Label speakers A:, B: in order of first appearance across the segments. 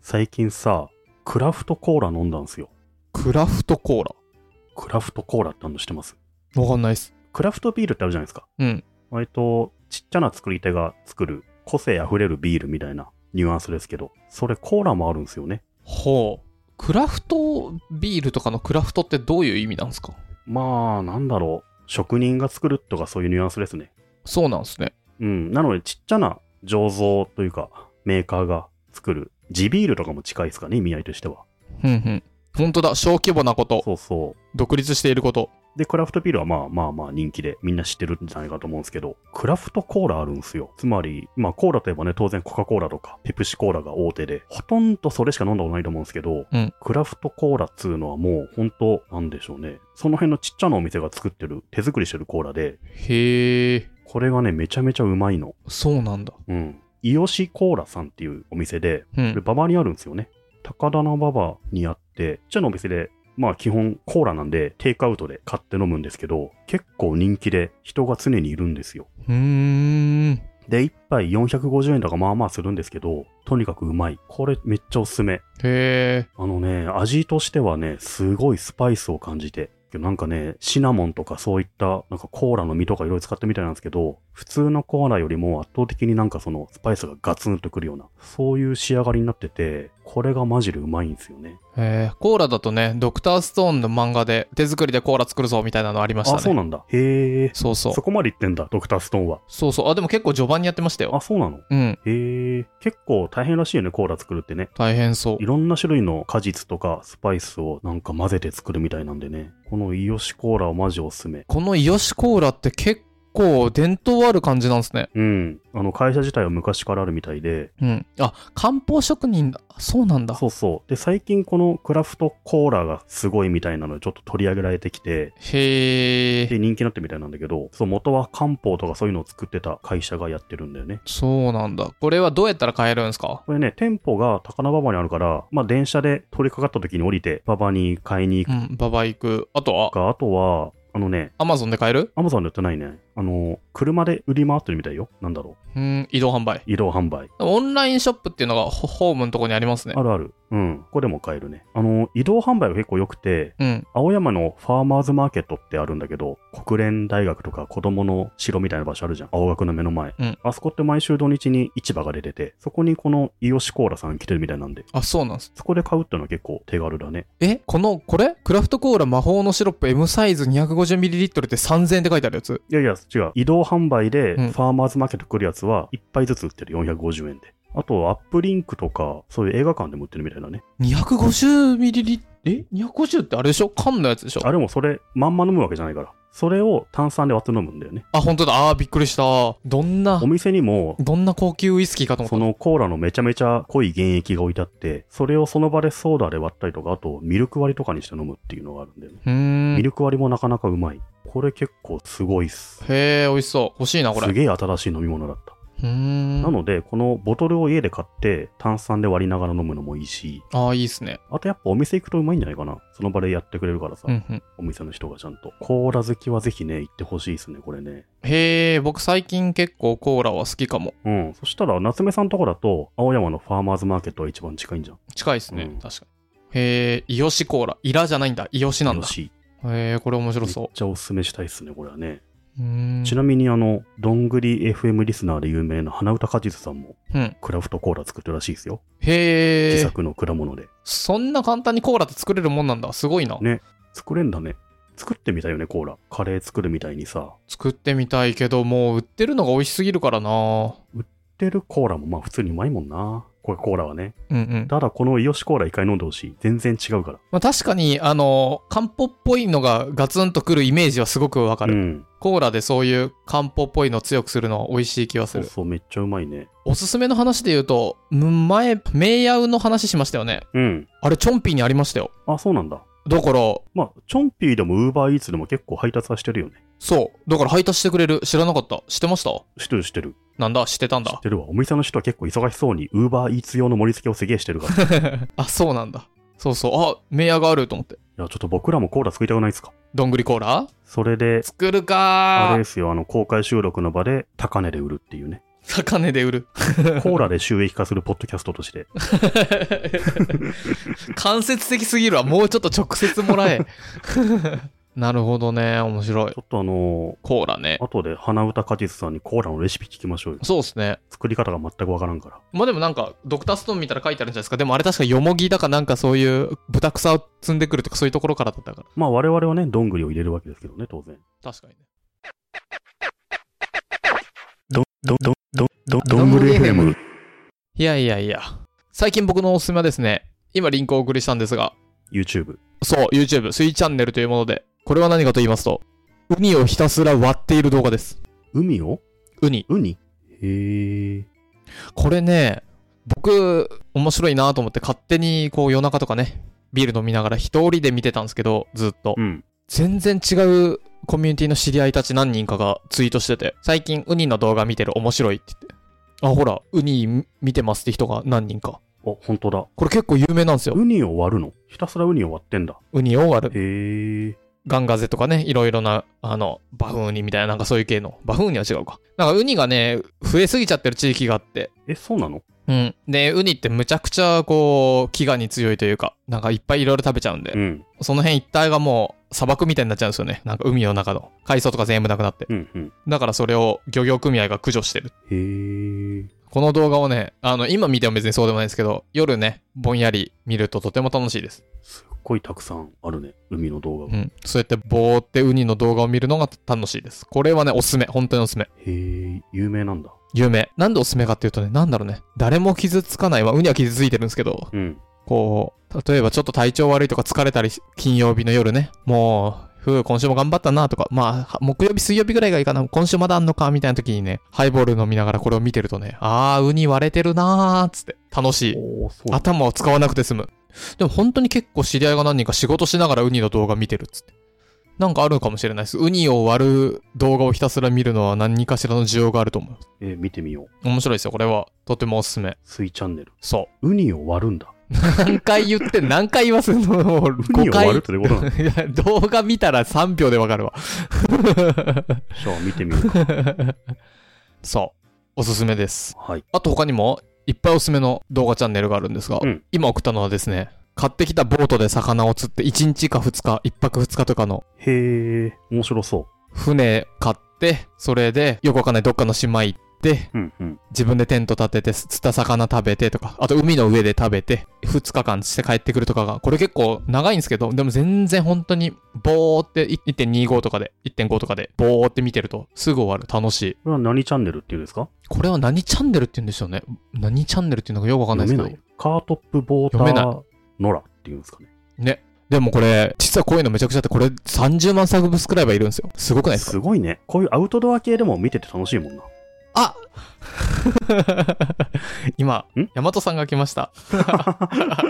A: 最近さ、クラフトコーラ飲んだんすよ。
B: クラフトコー
A: クラフトコーラってあるの知ってます
B: ラ。わかんないっす。
A: クラフトビールってあるじゃないですか。
B: うん。
A: 割とちっちゃな作り手が作る個性あふれるビールみたいなニュアンスですけど、それコーラもあるんすよね。
B: ほう。クラフトビールとかのクラフトってどういう意味なんですか
A: まあ、なんだろう。職人が作るとかそういうニュアンスですね。
B: そうなんですね。
A: うん。なのでちっちゃな醸造というか、メーカーが作る地ビールとかも近いですかね、意味合いとしては。
B: うんうん。本当だ。小規模なこと。
A: そうそう。
B: 独立していること。
A: で、クラフトビールはまあまあまあ人気でみんな知ってるんじゃないかと思うんですけど、クラフトコーラあるんですよ。つまり、まあコーラといえばね、当然コカ・コーラとかペプシコーラが大手で、ほとんどそれしか飲んだことないと思うんですけど、
B: うん
A: クラフトコーラっつうのはもう本当なんでしょうね。その辺のちっちゃなお店が作ってる、手作りしてるコーラで、
B: へえ。
A: これがね、めちゃめちゃうまいの。
B: そうなんだ。
A: うん。イヨシコーラさんっていうお店で、
B: う
A: これ
B: ん。
A: 馬場にあるんですよね。高田の馬場にあって、ちっちゃなお店で、まあ基本コーラなんでテイクアウトで買って飲むんですけど、結構人気で人が常にいるんですよ。
B: うーん。
A: で、1杯450円とかまあまあするんですけど、とにかくうまい。これめっちゃおすすめ。
B: へえ。
A: あのね、味としてはね、すごいスパイスを感じて。なんかね、シナモンとかそういった、なんかコーラの実とかいろいろ使ってみたいなんですけど、普通のコーラよりも圧倒的になんかそのスパイスがガツンとくるような、そういう仕上がりになってて、これがマジでうまいんですよね。
B: へえ。コーラだとね、ドクターストーンの漫画で手作りでコーラ作るぞみたいなのありましたね。
A: あ、そうなんだ。へえ。
B: そうそう
A: そ。こまで言ってんだ、ドクターストーンは。
B: そうそう。あ、でも結構序盤にやってましたよ
A: あ、。そうなの
B: うん。
A: へえ。結構大変らしいよね、コーラ作るってね。
B: 大変そう
A: い。ろんな種類の果実とかスパイスをなんか混ぜて作るみたいなんでね。このイヨシコーラはマジおすすめ。
B: このイヨシコーラって結構伝統ある感じなんですね。
A: うん。あの、会社自体は昔からあるみたいで。
B: うん。あ、漢方職人だ。そうなんだ。
A: そうそう。で、最近このクラフトコーラがすごいみたいなのでちょっと取り上げられてきて、
B: へ
A: で、
B: え。
A: 人気になってみたいなんだけど、そう、元は漢方とかそういうのを作ってた会社がやってるんだよね。
B: そうなんだ。これはどうやったら買えるんですか
A: これね、店舗が高輪馬場にあるから、まあ、電車で通りかかった時に降りて、馬場に買いに行
B: う
A: く
B: ん。ババ行く。あとは、
A: か、あとは、あのね、
B: アマゾンで買える
A: アマゾンでやってないね。あの、車で売り回ってるみたいよ。なんだろう。
B: うん。移動販売。
A: 移動販売。
B: オンラインショップっていうのがホホームのとこにありますね
A: あ。るある。うん。ここでも買えるね。あの、移動販売が結構良くて、
B: うん。
A: 青山のファーマーズマーケットってあるんだけど、国連大学とか子供の城みたいな場所あるじゃん。青学の目の前。
B: うん
A: あそこって毎週土日に市場が出てて、そこにこのイオシコーラさん来てるみたいなんで、
B: あ、そうなんです。
A: そこで買うってのは結構手軽だね。
B: えこの、これクラフトコーラ魔法のシロップ M サイズ 250ml って3000円って書いてあるやつ
A: いやいや、違う。移動販売で、フ
B: うん
A: ァーマーズマーケット来るやつは、1杯ずつ売ってる。450円で。あと、アップリンクとか、そういう映画館でも売ってるみたいなね。
B: ?250ml? え ?250 ってあれでしょ缶のやつでしょ
A: あれもそれ、まんま飲むわけじゃないから。それを炭酸で割って飲むんだよね。
B: あ、本当だ。あー、びっくりした。どんな
A: お、店にも、
B: どんな高級ウイスキーかと思った。
A: そのコーラのめちゃめちゃ濃い原液が置いてあって、それをその場でソーダで割ったりとか、あとミルク割りとかにして飲むっていうのがあるんだよね。
B: うー
A: ミ
B: ん。
A: ルク割りもなかなかうまい。これ結構すごいっす。
B: へえ、美味しそう。欲しいな、これ。
A: す
B: う
A: げえ新しい飲み物だった。
B: ーん。
A: なので、このボトルを家で買って炭酸で割りながら飲むのもいいし、
B: ああ、いいっすね。
A: あとやっぱお店行くとうまいんじゃないかな。その場でやってくれるからさ、
B: うんうん。
A: お店の人がちゃんと。コーラ好きはぜひね、行ってほしいですね、これね。
B: へえ、僕最近結構コーラは好きかも。
A: うん。そしたら、夏目さんとこだと、青山のファーマーズマーケットが一番近いんじゃん。
B: 近いっすね。
A: うん
B: 確かに。へえ、イヨシコーラ。イラじゃないんだ。イヨシなん
A: よ
B: だ。
A: し。
B: へえ、これ面白
A: めっ
B: そ
A: ちゃおすすめしたいっすね、これはね。
B: う。うーん。
A: ちなみに、あの、どんぐり FM リスナーで有名な花歌果実さんも、
B: うん
A: クラフトコーラ作ってるらしいですよ。
B: へ
A: 自
B: え、
A: 作の果物で。
B: そんな簡単にコーラって作れるもんなんだ。すごいな。
A: ね作れんだね。作ってみたいよね、コーラ。カレー作るみたいにさ。
B: 作ってみたいけど、もう売ってるのが美味しすぎるからな。う
A: 売ってるコーラもまあ普通にうまいもんな。これコーラはね。
B: んうん。
A: ただこのイヨシコーラ一回飲んでほしい。全然違うから。
B: まあ、確かに、あの、漢方っぽいのがガツンとくるイメージはすごくわかる。
A: うん。
B: コーラでそういう漢方っぽいのを強くするのは美味しい気がす
A: そう
B: る。
A: そう、めっちゃうまいね。
B: おすすめの話で言うと、ん前、名ヤウの話しましたよね。
A: うん。
B: あれ、チョンピーにありましたよ。
A: あ、そうなんだ。
B: だから、
A: まあ、チョンピーでもウーバーイーツでも結構配達はしてるよね。
B: そう。だから配達してくれる。知らなかった。知ってました
A: 知ってる知ってる。
B: なんだ知ってたん
A: 知
B: だ
A: っ。てるわ。お店の人は結構忙しそうにウーバーイーツ用の盛り付けをすげえしてるから。
B: あ、そうなんだ。そうそう。あ、名ヤがあると思って。
A: いや、ちょっと僕らもコーラ作りたくないですか
B: どんぐりコーラ
A: それで、
B: 作る
A: あ
B: か
A: れ
B: ー
A: ですよ、あの、公開収録の場で、高値で売るっていうね。
B: 高値で売る。
A: コーラで収益化するポッドキャストとして。
B: 間接的すぎるわ。もうちょっと直接 もらえ。なるほどね。面白い
A: ち。ょっとあの
B: コーラね
A: ー、。後で花歌果実さんにコーラのレシピ聞きましょうよ。
B: そうですね。
A: 作り方が全くわからんから。
B: まあでもなんか、ドクターストーンみたいな書いてあるんじゃないですか。でもあれ確かヨモギだかなんかそういう豚草を積んでくるとかそういうところからだったから。
A: まあ我々はね、どんぐりを入れるわけですけどね、当然。
B: 確かにね。
A: ど、ど、ど、ど、ど、
B: どんぐり FM
A: FM。
B: いやいやいや。最近僕のおすすめはですね、今リンクをお送りしたんですが、
A: YouTube。
B: そう、YouTube、スイチャンネルというもので、これは何かと言いますと、ウニをひたすら割っている動画です。
A: 海を
B: ウニ。
A: ウニへえ。
B: これね、僕、面白いなと思って勝手にこう夜中とかね、ビール飲みながら一人で見てたんですけど、ずっと。
A: うん。
B: 全然違うコミュニティの知り合いたち何人かがツイートしてて、最近ウニの動画見てる面白いって言って。あ、ほら、ウニ見てますって人が何人か。
A: あ、本当だ。
B: これ結構有名なんですよ。
A: ウニを割るのひたすらウニを割ってんだ。
B: ウニを割る。
A: へえ。
B: ガンガゼとかね、いろいろな、あの、バフンウニみたいな、なんかそういう系の。バフンウニは違うか。なんかウニがね、増えすぎちゃってる地域があって。
A: え、そうなの
B: うん。で、ウニってむちゃくちゃ、こう、飢餓に強いというか、なんかいっぱいいろいろ食べちゃうんで、
A: うん。
B: その辺一帯がもう砂漠みたいになっちゃうんですよね。なんか海の中の。海藻とか全部なくなって。
A: うん、うん。
B: だからそれを漁業組合が駆除してる。
A: へえ。
B: この動画をね、あの、今見ても別にそうでもないですけど、夜ね、ぼんやり見るととても楽しいです。
A: すっごいたくさんあるね。海の動画
B: う
A: が。
B: ん。そうやってぼーってウニの動画を見るのが楽しいです。これはね、おすすめ。本当におすすめ。
A: へえ。有名なんだ。
B: 有名。なんでおすすめかっていうとね、なんだろうね。誰も傷つかない。まあ、ウニは傷ついてるんですけど、
A: うん。
B: こう、例えばちょっと体調悪いとか疲れたりし、金曜日の夜ね、もう、ふう、今週も頑張ったなとか、まあ、は木曜日、水曜日ぐらいがいいかな、今週まだあんのか、みたいな時にね、ハイボール飲みながらこれを見てるとね、あー、ウニ割れてるなー、つって、楽しい。
A: おお、そうなんだ。
B: 頭を使わなくて済む。でも本当に結構知り合いが何人か仕事しながらウニの動画見てるっつって。なんかあるのかもしれないです。ウニを割る動画をひたすら見るのは何かしらの需要があると思う。
A: え、見てみよう。
B: 面白いですよ、これは。とてもおすすめ。
A: スイチャンネル。
B: そ
A: ウニを割るんだ。
B: う。何回言って、何回言わせるのもう
A: ウニ
B: 5
A: を割るっ。
B: 回
A: てどういうこと なの
B: いや、動画見たら3秒でわかるわ。
A: じゃあ見てみようか。
B: そう。おすすめです。
A: はい。
B: あと他にも、いっぱいおすすめの動画チャンネルがあるんですが、
A: うん
B: 今送ったのはですね、買ってきたボートで魚を釣って1日か2日、1泊2日とかの
A: へえ。面白そ
B: 船買って、それでよくわかんないどっかの島行って、
A: う。うん、うん。
B: 自分でテント立てて、釣った魚食べてとか、あと海の上で食べて、2日間して帰ってくるとかが、これ結構長いんですけど、でも全然本当に、ボーって1.25とかで、1.5とかで、ボーって見てると、すぐ終わる。楽しい。
A: これは何チャンネルっていうんですか
B: これは何チャンネルって言うんでしょうね。何チャンネルっていうのかよくわかんないです
A: 読
B: け
A: め
B: ど
A: な。い。カートップボータ
B: 読めな
A: ーノラっていうんですかね。
B: ね。でもこれ、実はこういうのめちゃくちゃあって、これ30万サブスクライバーいるんですよ。すごくないですか
A: すごいね。こういうアウトドア系でも見てて楽しいもんな。
B: あ今
A: ん、
B: ヤマトさんが来ました。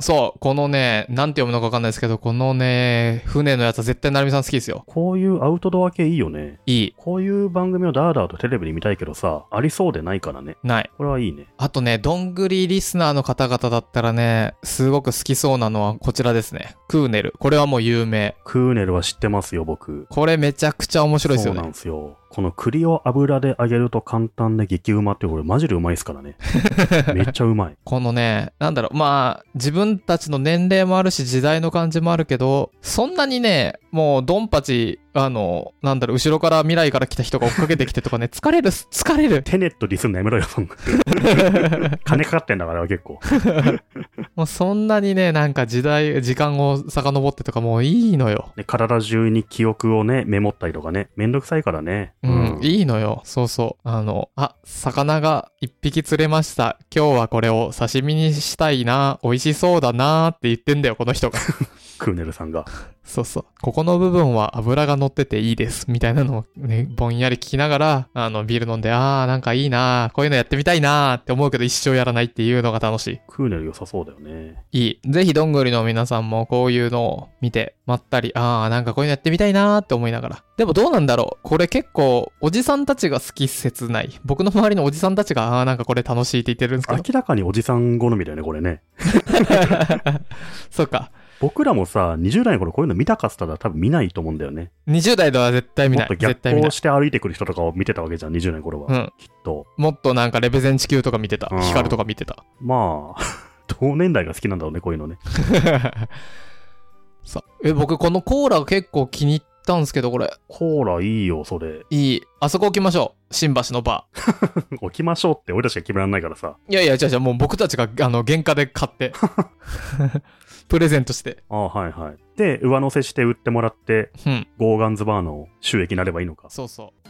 B: そう、このね、なんて読むのかわかんないですけど、このね、船のやつは絶対成美さん好きですよ。
A: こういうアウトドア系いいよね。
B: いい、
A: こういう番組をダーダーとテレビで見たいけどさ、ありそうでないからね。
B: ない。
A: これはいいね。
B: あとね、どんぐりリスナーの方々だったらね、すごく好きそうなのはこちらですね。クーネル。これはもう有名。
A: クーネルは知ってますよ、僕。
B: これめちゃくちゃ面白いですよ
A: そうな
B: ね。
A: んですよ。この栗を油で揚げると簡単で激うまって、これマジでうまいですから ね。めっちゃうまい。
B: このね、なんだろう、まあ、自分たちの年齢もあるし、時代の感じもあるけど、そんなにね、もうドンパチ、あの、なんだろう、後ろから未来から来た人が追っかけてきてとかね、疲れるっす、疲れる。
A: テネットディスんのやめろよ、そんな 金かかってんだから、結構。
B: もうそんなにね、なんか時代、時間を遡ってとかもういいのよ。
A: で、体中に記憶をね、メモったりとかね。めんどくさいからね。
B: うん、いいのよ。そうそう。あの、あ、魚が一匹釣れました。今日はこれを刺身にしたいな。美味しそうだなって言ってんだよ、この人が。
A: クーネルさんが。
B: そうそう。ここの部分は油が乗ってていいです。みたいなのをね、ぼんやり聞きながら、あの、ビール飲んで、あー、なんかいいなこういうのやってみたいなって思うけど一生やらないっていうのが楽し
A: クーネル良さそうだよね。
B: い。いい。ぜひ、どんぐりの皆さんもこういうのを見て、まったり、あー、なんかこういうのやってみたいなって思いながら。でもどうなんだろう。これ結構、おじさんたちが好き切ない。僕の周りのおじさんたちが、あー、なんかこれ楽しいって言ってるんですけど
A: 明。らかにおじさん好みだよね、これね。
B: そうか。
A: 僕らもさ、20代の頃こういうの見たかったら多分見ないと思うんだよね。
B: 20代では絶対見
A: も
B: な
A: っ
B: い。
A: と
B: 絶
A: 逆
B: 対見な
A: 行
B: い。
A: して歩いてくる人とかを見てたわけじゃん、20代の頃は。
B: うん。
A: きっと。
B: もっとなんかレベゼン地球とか見てた
A: う。ん
B: ヒカルとか見てた。
A: まあ、 同年代が好きなんだろうね、こういうのね。
B: さえ、僕このコーラ結構気に入ったんですけど、これ。
A: コーラいいよ、それ。
B: いい。あそこ置きましょう。新橋のバー。
A: 置きましょうって俺たちが決めらんないからさ。
B: いやいや、じゃあじゃあもう僕たちが、あの、原価で買って。プレゼントして。
A: ああ、はいはい。で、上乗せして売ってもらって、
B: うん。
A: ゴーガンズバーの収益になればいいのか。
B: そうそう。